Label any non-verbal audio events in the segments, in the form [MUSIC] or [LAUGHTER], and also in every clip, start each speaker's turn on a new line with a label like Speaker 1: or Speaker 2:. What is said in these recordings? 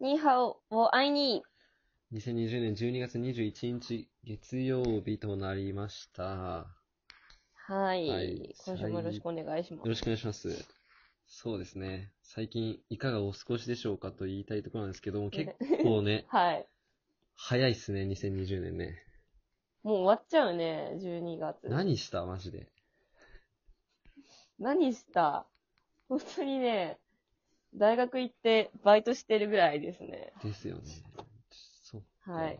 Speaker 1: ニーハオを会いに。
Speaker 2: 2020年12月21日月曜日となりました。よ
Speaker 1: はい、
Speaker 2: はい
Speaker 1: 今週もよろしくお願いします。、
Speaker 2: ろしくお願いします。そうですね。最近いかがお過ごしでしょうかと言いたいところなんですけども、結構ね
Speaker 1: はい。
Speaker 2: 早いっすね、2020年ね。
Speaker 1: もう終わっちゃうね、12月。
Speaker 2: 何したマジで。
Speaker 1: 何した本当にね、大学行ってバイトしてるぐらいですね。
Speaker 2: ですよね。そっか。
Speaker 1: はい。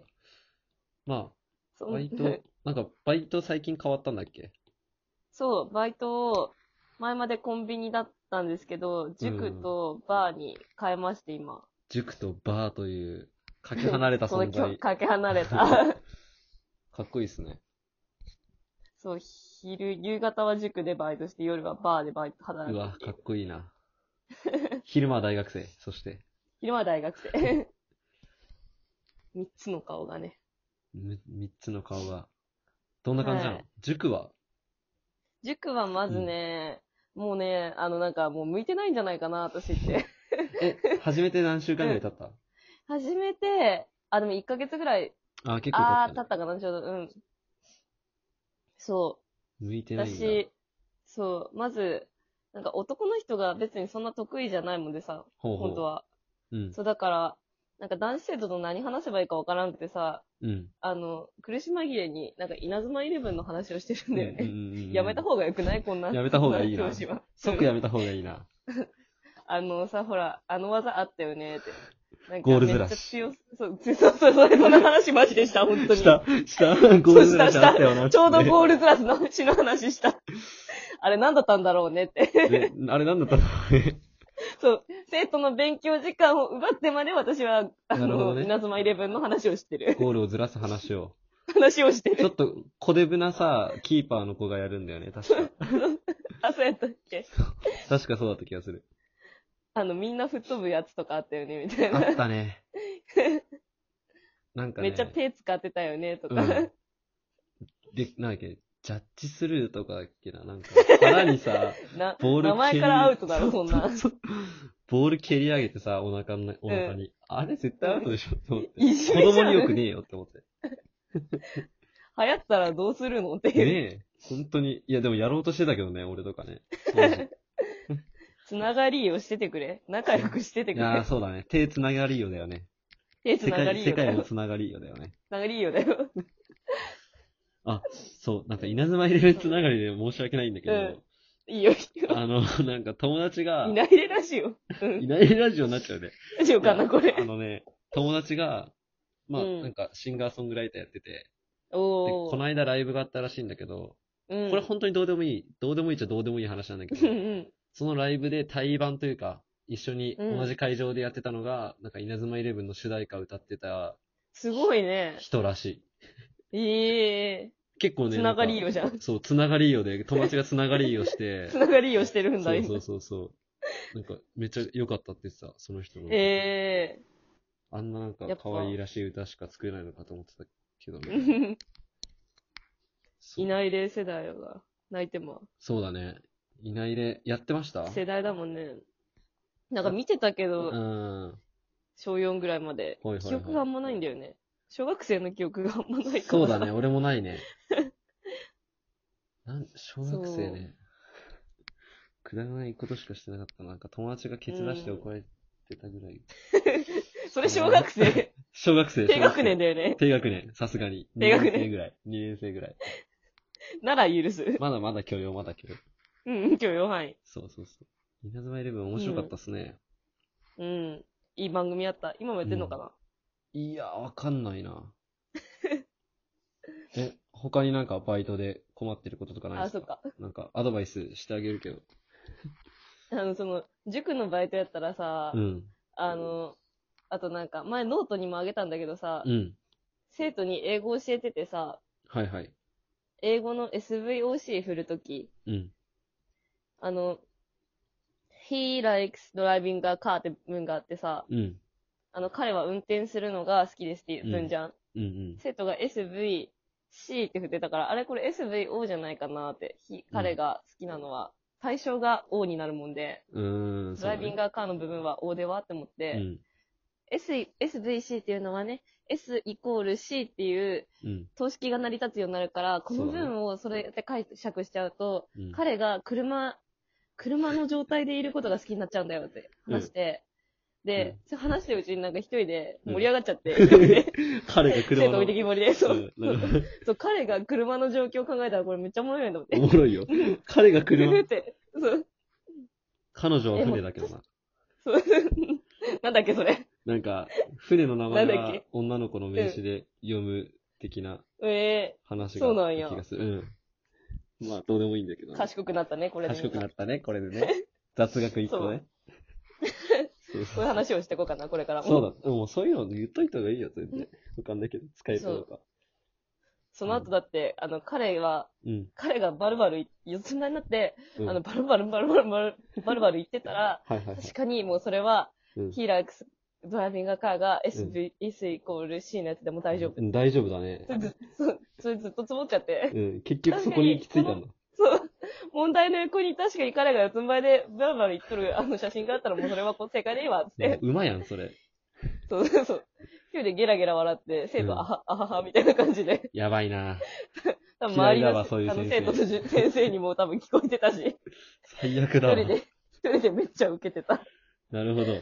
Speaker 2: まあ、
Speaker 1: そ
Speaker 2: バイト、なんかバイト最近変わったんだっけ
Speaker 1: [LAUGHS] そう、バイトを、前までコンビニだったんですけど、塾とバーに変えまして、今。
Speaker 2: 塾とバーという、かけ離れた
Speaker 1: [LAUGHS] その
Speaker 2: 存
Speaker 1: 距離、
Speaker 2: 在。
Speaker 1: かけ離れ
Speaker 2: [LAUGHS]
Speaker 1: た。
Speaker 2: かっこいいですね。
Speaker 1: そう、昼、夕方は塾でバイトして、夜はバーでバイト、働
Speaker 2: う
Speaker 1: く
Speaker 2: わ
Speaker 1: っ、てい
Speaker 2: か
Speaker 1: う
Speaker 2: っ。こいいな。昼間は大学生、そして、
Speaker 1: 昼間は大学生。 [LAUGHS] 三つの顔がね。
Speaker 2: む三つの顔が。どんな感じなの、
Speaker 1: はい
Speaker 2: 塾は
Speaker 1: 塾はまずね、もうね、あのなんかもう向いてないんじゃないかな、私 [LAUGHS] って。
Speaker 2: え、初めて何週間ぐらい
Speaker 1: [LAUGHS]
Speaker 2: 経った
Speaker 1: 初めて、あ、でも1ヶ月ぐらい、
Speaker 2: あ、結構
Speaker 1: あー、
Speaker 2: 経っ
Speaker 1: 経
Speaker 2: た、
Speaker 1: っ
Speaker 2: ね。
Speaker 1: たかな、ちょうど、うん。そう。
Speaker 2: 向いてないんだ。
Speaker 1: 私、そう、まず、なんか男の人が別にそんな得意じゃないもんでさ、
Speaker 2: ほうほう
Speaker 1: 本当は。
Speaker 2: うん。
Speaker 1: そうだから、なんか男子生徒と何話せばいいかわからんくてさ、
Speaker 2: うん。
Speaker 1: あの、苦し紛れに、なんか稲妻イレブンの話をしてるんだよ
Speaker 2: うんう
Speaker 1: ね。
Speaker 2: んうんう
Speaker 1: [LAUGHS]
Speaker 2: ん
Speaker 1: やめた方がよくないこんな。
Speaker 2: やめた方がいいな
Speaker 1: 教師は。
Speaker 2: 即やめた方がいいな。
Speaker 1: あのさ、ほら、あの技あったよねって。なん
Speaker 2: ゴールず
Speaker 1: め
Speaker 2: ら
Speaker 1: っちゃ
Speaker 2: し
Speaker 1: 強そう、強そう、そう、それそんな話マジでした、本当に。
Speaker 2: した、
Speaker 1: [LAUGHS]
Speaker 2: した、ゴールデンラッシュあったよな。
Speaker 1: ちょうどゴ
Speaker 2: ー
Speaker 1: ールズラスの話の話した。あれ何だったんだろうねって。
Speaker 2: [LAUGHS] ル。あれなんだったの
Speaker 1: そう、生徒の勉強時間を奪ってまで私は、あ
Speaker 2: なるほど
Speaker 1: の、
Speaker 2: ね
Speaker 1: 稲妻イレブンの話をしてる。
Speaker 2: ゴールをずらす話を。
Speaker 1: 話をして
Speaker 2: ちょ
Speaker 1: る。
Speaker 2: っと、小デブなさ、キーパーの子がやるんだよね。確
Speaker 1: [LAUGHS]
Speaker 2: か。
Speaker 1: あ、そうやったっけ
Speaker 2: 確かそうだった気がする。
Speaker 1: あの、みんな吹っ飛ぶやつとかあったよね、みたい
Speaker 2: あ
Speaker 1: な。
Speaker 2: ったね。なんかね。
Speaker 1: めっちゃ手使ってたよね、とか。
Speaker 2: うん。で、なんだっけ、ジャッジスルーとかだっけな、なんか、腹にさ、
Speaker 1: [LAUGHS] な、
Speaker 2: ボール
Speaker 1: 名前からアウトだろ、
Speaker 2: そ
Speaker 1: そ
Speaker 2: うんそう
Speaker 1: な。
Speaker 2: そうボール蹴り上げてさ、お腹の、お腹に。あれ絶対アウトでしょって思って。
Speaker 1: 一緒
Speaker 2: 子
Speaker 1: じゃん
Speaker 2: 供によくねえよって思
Speaker 1: [LAUGHS]
Speaker 2: って。
Speaker 1: 流行ったらどうするのって
Speaker 2: ね
Speaker 1: いう。
Speaker 2: え。本当に。いや、でもやろうとしてたけどね、俺とかね。当
Speaker 1: [LAUGHS]
Speaker 2: 時
Speaker 1: つながりをしててくれ。仲良くしてて
Speaker 2: い
Speaker 1: く
Speaker 2: やー
Speaker 1: れ。
Speaker 2: そうだね。手つながりよだよね。
Speaker 1: 手つ
Speaker 2: 世
Speaker 1: なが
Speaker 2: 界、
Speaker 1: り
Speaker 2: 世
Speaker 1: よだ
Speaker 2: 界も
Speaker 1: よ。
Speaker 2: つながりよだよね。
Speaker 1: つながりよだよ。
Speaker 2: そう、なんか稲妻入れるつながりで申し訳ないんだけど、
Speaker 1: いいよ、いいよ。
Speaker 2: あの、なんか友達が、
Speaker 1: いないでラジオ。うん。
Speaker 2: いないラジオになっちゃうね。
Speaker 1: ラジオかな、これ
Speaker 2: あ。のね、友達が、まあ、
Speaker 1: うん
Speaker 2: なんか、シンガーソングライターやってて、で、
Speaker 1: お
Speaker 2: この
Speaker 1: ー。
Speaker 2: 間ライブがあったらしいんだけど、
Speaker 1: うん
Speaker 2: これ本当にどうでもいい、どうでもいいっちゃどうでもいい話なんだけ
Speaker 1: うんう
Speaker 2: ど、
Speaker 1: ん。
Speaker 2: そのライブで対バンというか、一緒に
Speaker 1: うん
Speaker 2: 同じ会場でやってたのが、なんか、稲妻イレブンの主題歌歌ってた
Speaker 1: すごいね。
Speaker 2: 人らしい。
Speaker 1: ええ
Speaker 2: 結構ね、
Speaker 1: つながり
Speaker 2: んか
Speaker 1: よじゃん。
Speaker 2: そう、つながりよで、友達がつながりよして、
Speaker 1: [LAUGHS] つながりをしてるんだ、
Speaker 2: そうそ
Speaker 1: 今
Speaker 2: う。そうそう。なんか、めっちゃ良かったって言ってた、その人の。
Speaker 1: え
Speaker 2: あんななんか
Speaker 1: やっぱ
Speaker 2: 可愛いらしい歌しか作れないのかと思ってたけど
Speaker 1: え
Speaker 2: ね。そう
Speaker 1: いないで世代が泣いても
Speaker 2: そうだね。いないで、やってました
Speaker 1: 世代だもんね。なんか見てたけ
Speaker 2: う
Speaker 1: ど、
Speaker 2: ん。
Speaker 1: 小4ぐらいまで
Speaker 2: はいはいは。い
Speaker 1: 記憶があんまないんだよね。小学生の記憶があんまないから。
Speaker 2: そうだね、。俺もないね。なん小学生ね。くだらないことしかしてなかったな。なんか友達がケツ出して怒られてたぐらい。
Speaker 1: [LAUGHS] [LAUGHS] それ小学生。
Speaker 2: 小学生
Speaker 1: [LAUGHS] 低学年
Speaker 2: で。
Speaker 1: だよね。
Speaker 2: 低学年、さすがに。
Speaker 1: 低学年
Speaker 2: 2年生ぐらい。2年生ぐらい。
Speaker 1: なら許す。
Speaker 2: まだまだ許容、まだ許容。
Speaker 1: うん、許容範囲。
Speaker 2: そうそうそう。稲妻イレブン面白かったっすね。
Speaker 1: うん。いい番組あった。今もやってんのかな、
Speaker 2: いやー、わかんな
Speaker 1: [LAUGHS]
Speaker 2: いな。え、他になんかバイトで困ってることとかないで
Speaker 1: あ、
Speaker 2: すか
Speaker 1: そっか。
Speaker 2: なんかアドバイスしてあげるけど。
Speaker 1: あの、その、塾のバイトやったらさ、
Speaker 2: うん。
Speaker 1: あの、あとなんか、前ノートにもあげたんだけどさ、
Speaker 2: うん。
Speaker 1: 生徒に英語教えててさ、
Speaker 2: はいはい。
Speaker 1: 英語の SVOC 振るとき、
Speaker 2: うん。
Speaker 1: あの、he likes driving a car って文があってさ、
Speaker 2: うん。
Speaker 1: あの、彼は運転するのが好きですっていう文じゃん。
Speaker 2: うんうん。
Speaker 1: 生徒が SVC って振ってたから、あれこれ SVO じゃないかなって、he- 彼が好きなのは、対象が O になるもんで、
Speaker 2: うーん。
Speaker 1: ドライビン
Speaker 2: が
Speaker 1: グカーの部分は O ではって思って、
Speaker 2: うん。
Speaker 1: S、SVC っていうのはね、S イコール C っていう
Speaker 2: うん。
Speaker 1: 等式が成り立つようになるから、この
Speaker 2: そうだね
Speaker 1: 文をそれで解釈しちゃうと、
Speaker 2: うん、
Speaker 1: 彼が車、車の状態でいることが好きになっちゃうんだよって話して、で、そう話してるうちになんか一人で盛り上がっちゃって、
Speaker 2: 彼が
Speaker 1: 生
Speaker 2: 車
Speaker 1: 徒
Speaker 2: の。
Speaker 1: 置いてきぼりで、そううん
Speaker 2: なるほど
Speaker 1: そう、彼が車の状況を考えたらこれめっちゃおもろいなと思っ
Speaker 2: お
Speaker 1: て。
Speaker 2: もろ
Speaker 1: [LAUGHS]
Speaker 2: いよ。彼が
Speaker 1: ふふ
Speaker 2: 車
Speaker 1: っ、て、そう、
Speaker 2: 彼女は船だけどな。
Speaker 1: そう、 [LAUGHS] なんだっけそれ。
Speaker 2: なんか、船の名前
Speaker 1: なんだっ
Speaker 2: が
Speaker 1: け
Speaker 2: 女の子の名詞で読む的な
Speaker 1: え
Speaker 2: 話が
Speaker 1: そうなん
Speaker 2: あった
Speaker 1: や
Speaker 2: 気がする。うん。まあ、どうでもいいんだけど
Speaker 1: ー、
Speaker 2: ね。
Speaker 1: 賢くなったね、これで。
Speaker 2: 賢くなったね、これ
Speaker 1: [LAUGHS]
Speaker 2: でね。雑学一個ね。そう
Speaker 1: そういう話をしていこうかな、これからも。
Speaker 2: そうだ。もうそういうの言っといた方がいいよ、全然。わかんないけど、使えたのか。
Speaker 1: その後だって、あの、彼は、
Speaker 2: うん。
Speaker 1: 彼がバルバルい四つん這いになって、
Speaker 2: うん
Speaker 1: あの、バルバルバルバルバルバルバル言ってたら、
Speaker 2: はいはいはい。
Speaker 1: 確かにもうそれは、
Speaker 2: うん
Speaker 1: ヒーラックス、ドライビングカーが SV、S イコール C のやつでも大丈夫。
Speaker 2: うん大丈夫だね
Speaker 1: そ。れずそうそれずっと積もっちゃって。
Speaker 2: うん。結局そこに行き着いたんだ。
Speaker 1: そう。問題の横に確かに彼が四つん這いでバルバル言っとるあの写真があったらもうそれはこう正解でいいわ、つっ
Speaker 2: うん
Speaker 1: て。
Speaker 2: うまやん、それ。
Speaker 1: そうそうそう。一人でゲラゲラ笑って、生徒
Speaker 2: うん
Speaker 1: あは、あはは、みたいな感じで。
Speaker 2: やばいな。
Speaker 1: 多分周り
Speaker 2: 嫌いだ
Speaker 1: の
Speaker 2: わそういう
Speaker 1: あの
Speaker 2: 先
Speaker 1: 生
Speaker 2: 生
Speaker 1: 徒とじ先生にも多分聞こえてたし。
Speaker 2: 最悪
Speaker 1: 一
Speaker 2: だわ
Speaker 1: 人。で、一人でめっちゃ受けてた。
Speaker 2: なるほど。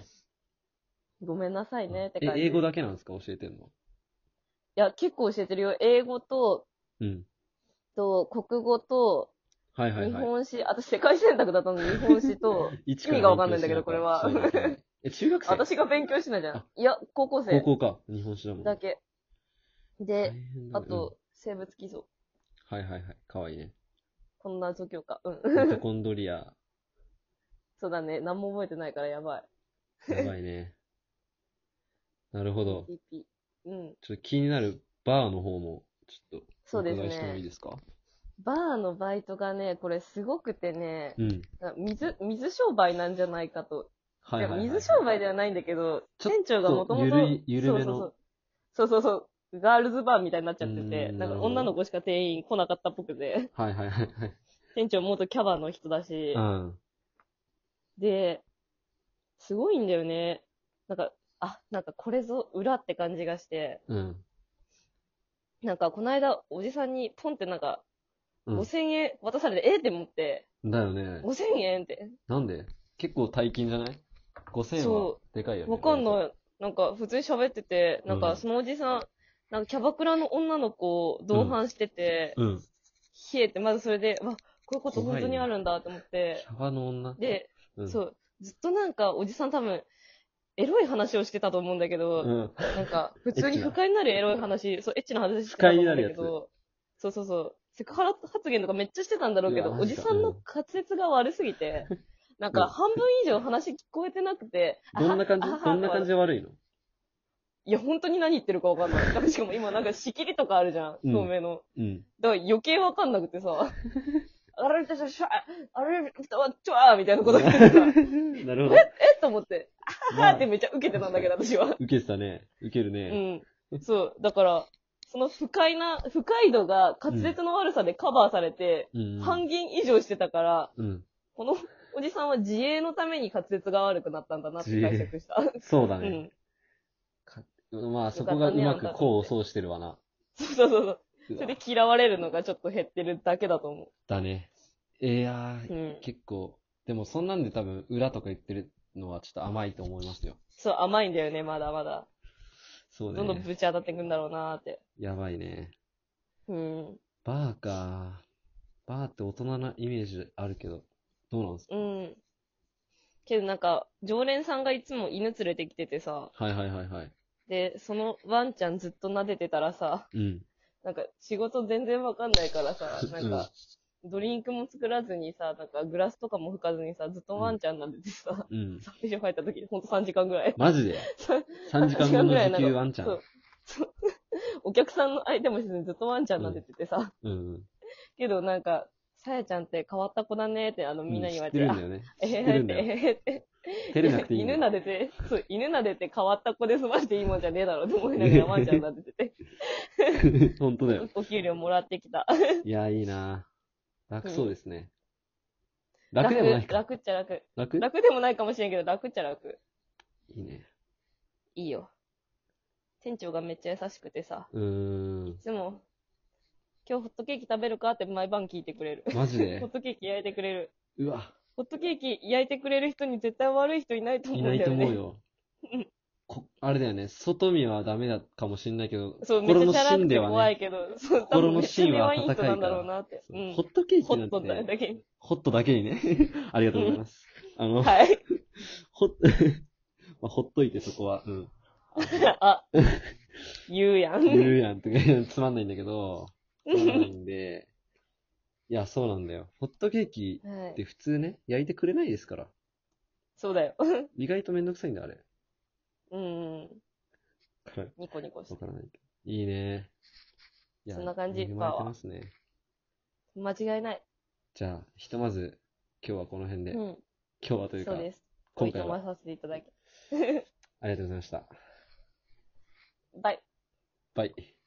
Speaker 1: ごめんなさいねって
Speaker 2: え
Speaker 1: 感、じ。
Speaker 2: 英語
Speaker 1: だ。い
Speaker 2: だけなんですか教えてんの
Speaker 1: や、結構教えてるよ。英語と、
Speaker 2: うん。
Speaker 1: と、国語と、
Speaker 2: はいはい
Speaker 1: 日
Speaker 2: はい。
Speaker 1: 本史、私世界選択だったのに日本史
Speaker 2: [LAUGHS]
Speaker 1: と、
Speaker 2: 一
Speaker 1: 意味がわかんないんだけどこれは
Speaker 2: そうだねえ、中学生
Speaker 1: 私が勉強してないじゃん
Speaker 2: あ。
Speaker 1: いや、高校
Speaker 2: 高
Speaker 1: 生
Speaker 2: 校か。日本史だもん。
Speaker 1: だけ。
Speaker 2: 大
Speaker 1: で、
Speaker 2: 変だ
Speaker 1: あ
Speaker 2: ね、
Speaker 1: と、生物基礎。
Speaker 2: うんはいはいはい。かわいいね。
Speaker 1: こんな状況か。うん。 [LAUGHS]
Speaker 2: ミトコンドリア。や
Speaker 1: そうだね。何も覚えてないからやばい。
Speaker 2: ばいね。なるほど。
Speaker 1: PP。うん。
Speaker 2: ちょっと気になるバーの方も、ちょっと、
Speaker 1: そうです
Speaker 2: お伺いしてもいい
Speaker 1: ね。
Speaker 2: ですか
Speaker 1: バーのバイトがね、これすごくてね、
Speaker 2: うん。
Speaker 1: 水、水商売なんじゃないかと
Speaker 2: はい
Speaker 1: で
Speaker 2: はい、は
Speaker 1: も
Speaker 2: い。
Speaker 1: 水商売ではないんだけど、
Speaker 2: ちょっと
Speaker 1: 店長がもともと、
Speaker 2: ゆるいゆるめの
Speaker 1: そうそうそうそうそうそう、ガールズバーみたいになっちゃってて、
Speaker 2: うーん
Speaker 1: なん
Speaker 2: な
Speaker 1: か
Speaker 2: るほど
Speaker 1: 女の子しか店員来なかったっぽくて、 [LAUGHS]
Speaker 2: はいはいはいはい。
Speaker 1: 店長元キャバの人だし
Speaker 2: う、ん。
Speaker 1: で、すごいんだよね。なんか、あ、なんかこれぞ裏って感じがして、
Speaker 2: うん。
Speaker 1: なんかこの間おじさんにポンってなんか、
Speaker 2: うん
Speaker 1: 5000円渡されて、えーって思って、
Speaker 2: だよね。
Speaker 1: 5000円って、
Speaker 2: なんで結構大金じゃない ?5000 は
Speaker 1: そ
Speaker 2: でかいよね。
Speaker 1: わかん
Speaker 2: い。
Speaker 1: ない。なんか、普通に喋ってて、なん
Speaker 2: うん
Speaker 1: か、そのおじさん、なんか、キャバクラの女の子を同伴してて、
Speaker 2: うん。
Speaker 1: 冷えて、まずそれで、わ、こういうこと
Speaker 2: 怖
Speaker 1: 本
Speaker 2: いね
Speaker 1: 当にあるんだと思っ
Speaker 2: キ
Speaker 1: て、
Speaker 2: ャバの女。
Speaker 1: で、
Speaker 2: うん、
Speaker 1: そう、ずっとなんか、おじさん多分、エロい話をしてたと思うんだけど、
Speaker 2: うん。
Speaker 1: なんか、普通に不快になるエロい話、そう、エッチな話して
Speaker 2: 不
Speaker 1: た
Speaker 2: 快
Speaker 1: と思
Speaker 2: にな
Speaker 1: うん
Speaker 2: る
Speaker 1: だ
Speaker 2: や
Speaker 1: け
Speaker 2: つ
Speaker 1: ど、そうそうそう、セクハラ発言とかめっちゃしてたんだろうけ
Speaker 2: う
Speaker 1: ど、
Speaker 2: わ
Speaker 1: おじさん
Speaker 2: マ
Speaker 1: の
Speaker 2: ジ
Speaker 1: 滑舌が悪すぎて、なん
Speaker 2: うん
Speaker 1: か、半分以上話聞こえてなくて、
Speaker 2: どんな感じ
Speaker 1: あは
Speaker 2: どんな感じで悪いの
Speaker 1: いや、本当に何言ってるかわかんない。だからしかも今なんか仕切りとかあるじゃん、
Speaker 2: うん
Speaker 1: 透明の。
Speaker 2: うん。
Speaker 1: だから余計わかんなくてさ。あれ、ちょ、ちょ、ちょ、あれ、ちょ、ちょ、みたいなことがあってさ、
Speaker 2: なるほ
Speaker 1: [LAUGHS]
Speaker 2: ど。
Speaker 1: えっと思って、あ
Speaker 2: ま
Speaker 1: は
Speaker 2: あ
Speaker 1: ーってめっちゃ受けてたんだけど、私は。
Speaker 2: 受けてたね。受ける
Speaker 1: う
Speaker 2: ね。
Speaker 1: ん。そう、だから、その不快な、不快度が滑舌の悪さでカバーされて、
Speaker 2: うん。
Speaker 1: 半減以上してたから、
Speaker 2: うん。
Speaker 1: このおじさんは自衛のために滑舌が悪くなったんだなって解釈した。
Speaker 2: そうだ
Speaker 1: う
Speaker 2: ね。
Speaker 1: ん。
Speaker 2: まあ、そこがうまく功を奏してるわな。
Speaker 1: そうそうそうそう。そ
Speaker 2: うわ
Speaker 1: れで嫌われるのがちょっと減ってるだけだと思
Speaker 2: だね。いや
Speaker 1: う。う
Speaker 2: ー、
Speaker 1: ん。
Speaker 2: 結構、でもそんなんで多分裏とか言ってるのはちょっと甘いと思いますよ。
Speaker 1: そう、甘いんだよね、まだまだ。
Speaker 2: そう
Speaker 1: どんどん
Speaker 2: ね。
Speaker 1: ぶち当たってくんだろうなーって。
Speaker 2: やばいね。
Speaker 1: うん。
Speaker 2: バーか。バーって大人なイメージあるけど、どうなんですか
Speaker 1: うん。けどなんか、常連さんがいつも犬連れてきててさ、
Speaker 2: はいはいはいはい。
Speaker 1: で、そのワンちゃんずっと撫でてたらさ、
Speaker 2: うん。
Speaker 1: なんか仕事全然わかんないから
Speaker 2: [LAUGHS]
Speaker 1: さ、なんか、ドリンクも作らずにさ、なんかグラスとかも拭かずにさ、ずっとワンちゃん撫でてさ、
Speaker 2: うん。うん。
Speaker 1: 最初入った時、 [LAUGHS] ほんと3時間ぐらい。
Speaker 2: マジで ?3 時間分の時給ワンちゃん。
Speaker 1: そう。そうお客さんの相手もしずにずっとワンちゃん撫でててさ、
Speaker 2: うんうん。
Speaker 1: けどなんか、さやちゃんって変わった子だねってあのみんなに言われて、
Speaker 2: う
Speaker 1: あ
Speaker 2: ん知ってるんだよね。
Speaker 1: え
Speaker 2: 知
Speaker 1: へ
Speaker 2: っ
Speaker 1: へっ
Speaker 2: てるん
Speaker 1: て、
Speaker 2: だよ。
Speaker 1: えへへって。
Speaker 2: 照れなくていいんだ
Speaker 1: [LAUGHS] 犬撫でて、そう、犬撫でて変わった子で済ましていいもんじゃねえだろうと思いながらワンちゃん撫でてて、
Speaker 2: よ。本当だ [LAUGHS] よ。
Speaker 1: お給料もらってきた。
Speaker 2: いや、いいな楽そうですね。
Speaker 1: 楽
Speaker 2: 楽でもないか。
Speaker 1: 楽っちゃ楽。
Speaker 2: 楽
Speaker 1: 楽でもないかもしれんけど、楽っちゃ楽。
Speaker 2: いいね。
Speaker 1: いいよ。店長がめっちゃ優しくてさ、
Speaker 2: うーん
Speaker 1: い。つも、今日ホットケーキ食べるかって毎晩聞いてくれる。
Speaker 2: マジ
Speaker 1: [LAUGHS]
Speaker 2: で
Speaker 1: ホットケーキ焼いてくれる。
Speaker 2: うわ、
Speaker 1: ホットケーキ焼いてくれる人に絶対悪い人いないと思う
Speaker 2: い
Speaker 1: んだ
Speaker 2: な
Speaker 1: よね。
Speaker 2: いと思うよ。こあれだよね、外見はダメだかもしんないけど、
Speaker 1: [LAUGHS] そう、めっ
Speaker 2: 心の
Speaker 1: ちゃチャラ
Speaker 2: 芯
Speaker 1: く
Speaker 2: で
Speaker 1: て
Speaker 2: は
Speaker 1: 怖い
Speaker 2: ね、
Speaker 1: けど、そう、多
Speaker 2: 心
Speaker 1: 分
Speaker 2: の
Speaker 1: めっちゃ
Speaker 2: 芯
Speaker 1: 根
Speaker 2: は
Speaker 1: はいい
Speaker 2: 温
Speaker 1: 人
Speaker 2: か
Speaker 1: ないん
Speaker 2: か
Speaker 1: だろう
Speaker 2: ら、
Speaker 1: なって。
Speaker 2: そううんホ。ットケー
Speaker 1: ホ
Speaker 2: キな
Speaker 1: ットだ
Speaker 2: んて、
Speaker 1: だけに。
Speaker 2: ホットだけにね、 [LAUGHS] ありがとうございます。あの、
Speaker 1: はい。
Speaker 2: ほっ、 [LAUGHS] まあ、ほっといてそこは、うん。 [LAUGHS]
Speaker 1: あ、言うやん。
Speaker 2: 言うやんとか、 [LAUGHS] つまんないんだけど、つまんないんで、いや、そうなんだよ。ホットケーキ
Speaker 1: は
Speaker 2: って
Speaker 1: い。
Speaker 2: 普通ね、焼いてくれないですから。
Speaker 1: そうだよ。
Speaker 2: 意外とめんどくさいんだ、あれ。
Speaker 1: うん。
Speaker 2: はい
Speaker 1: ニコニコし
Speaker 2: わ
Speaker 1: て。
Speaker 2: からないけど。いいね。いや
Speaker 1: そんな感じ
Speaker 2: 恵まれてますね。
Speaker 1: 間違いない。
Speaker 2: じゃあ、ひとまず、今日はこの辺で、
Speaker 1: うん。
Speaker 2: 今日はという
Speaker 1: そ
Speaker 2: か、
Speaker 1: うです。お
Speaker 2: 今
Speaker 1: い
Speaker 2: 回
Speaker 1: と
Speaker 2: は
Speaker 1: まさせていただき。
Speaker 2: ありがとうございました。
Speaker 1: バイ。
Speaker 2: バイ。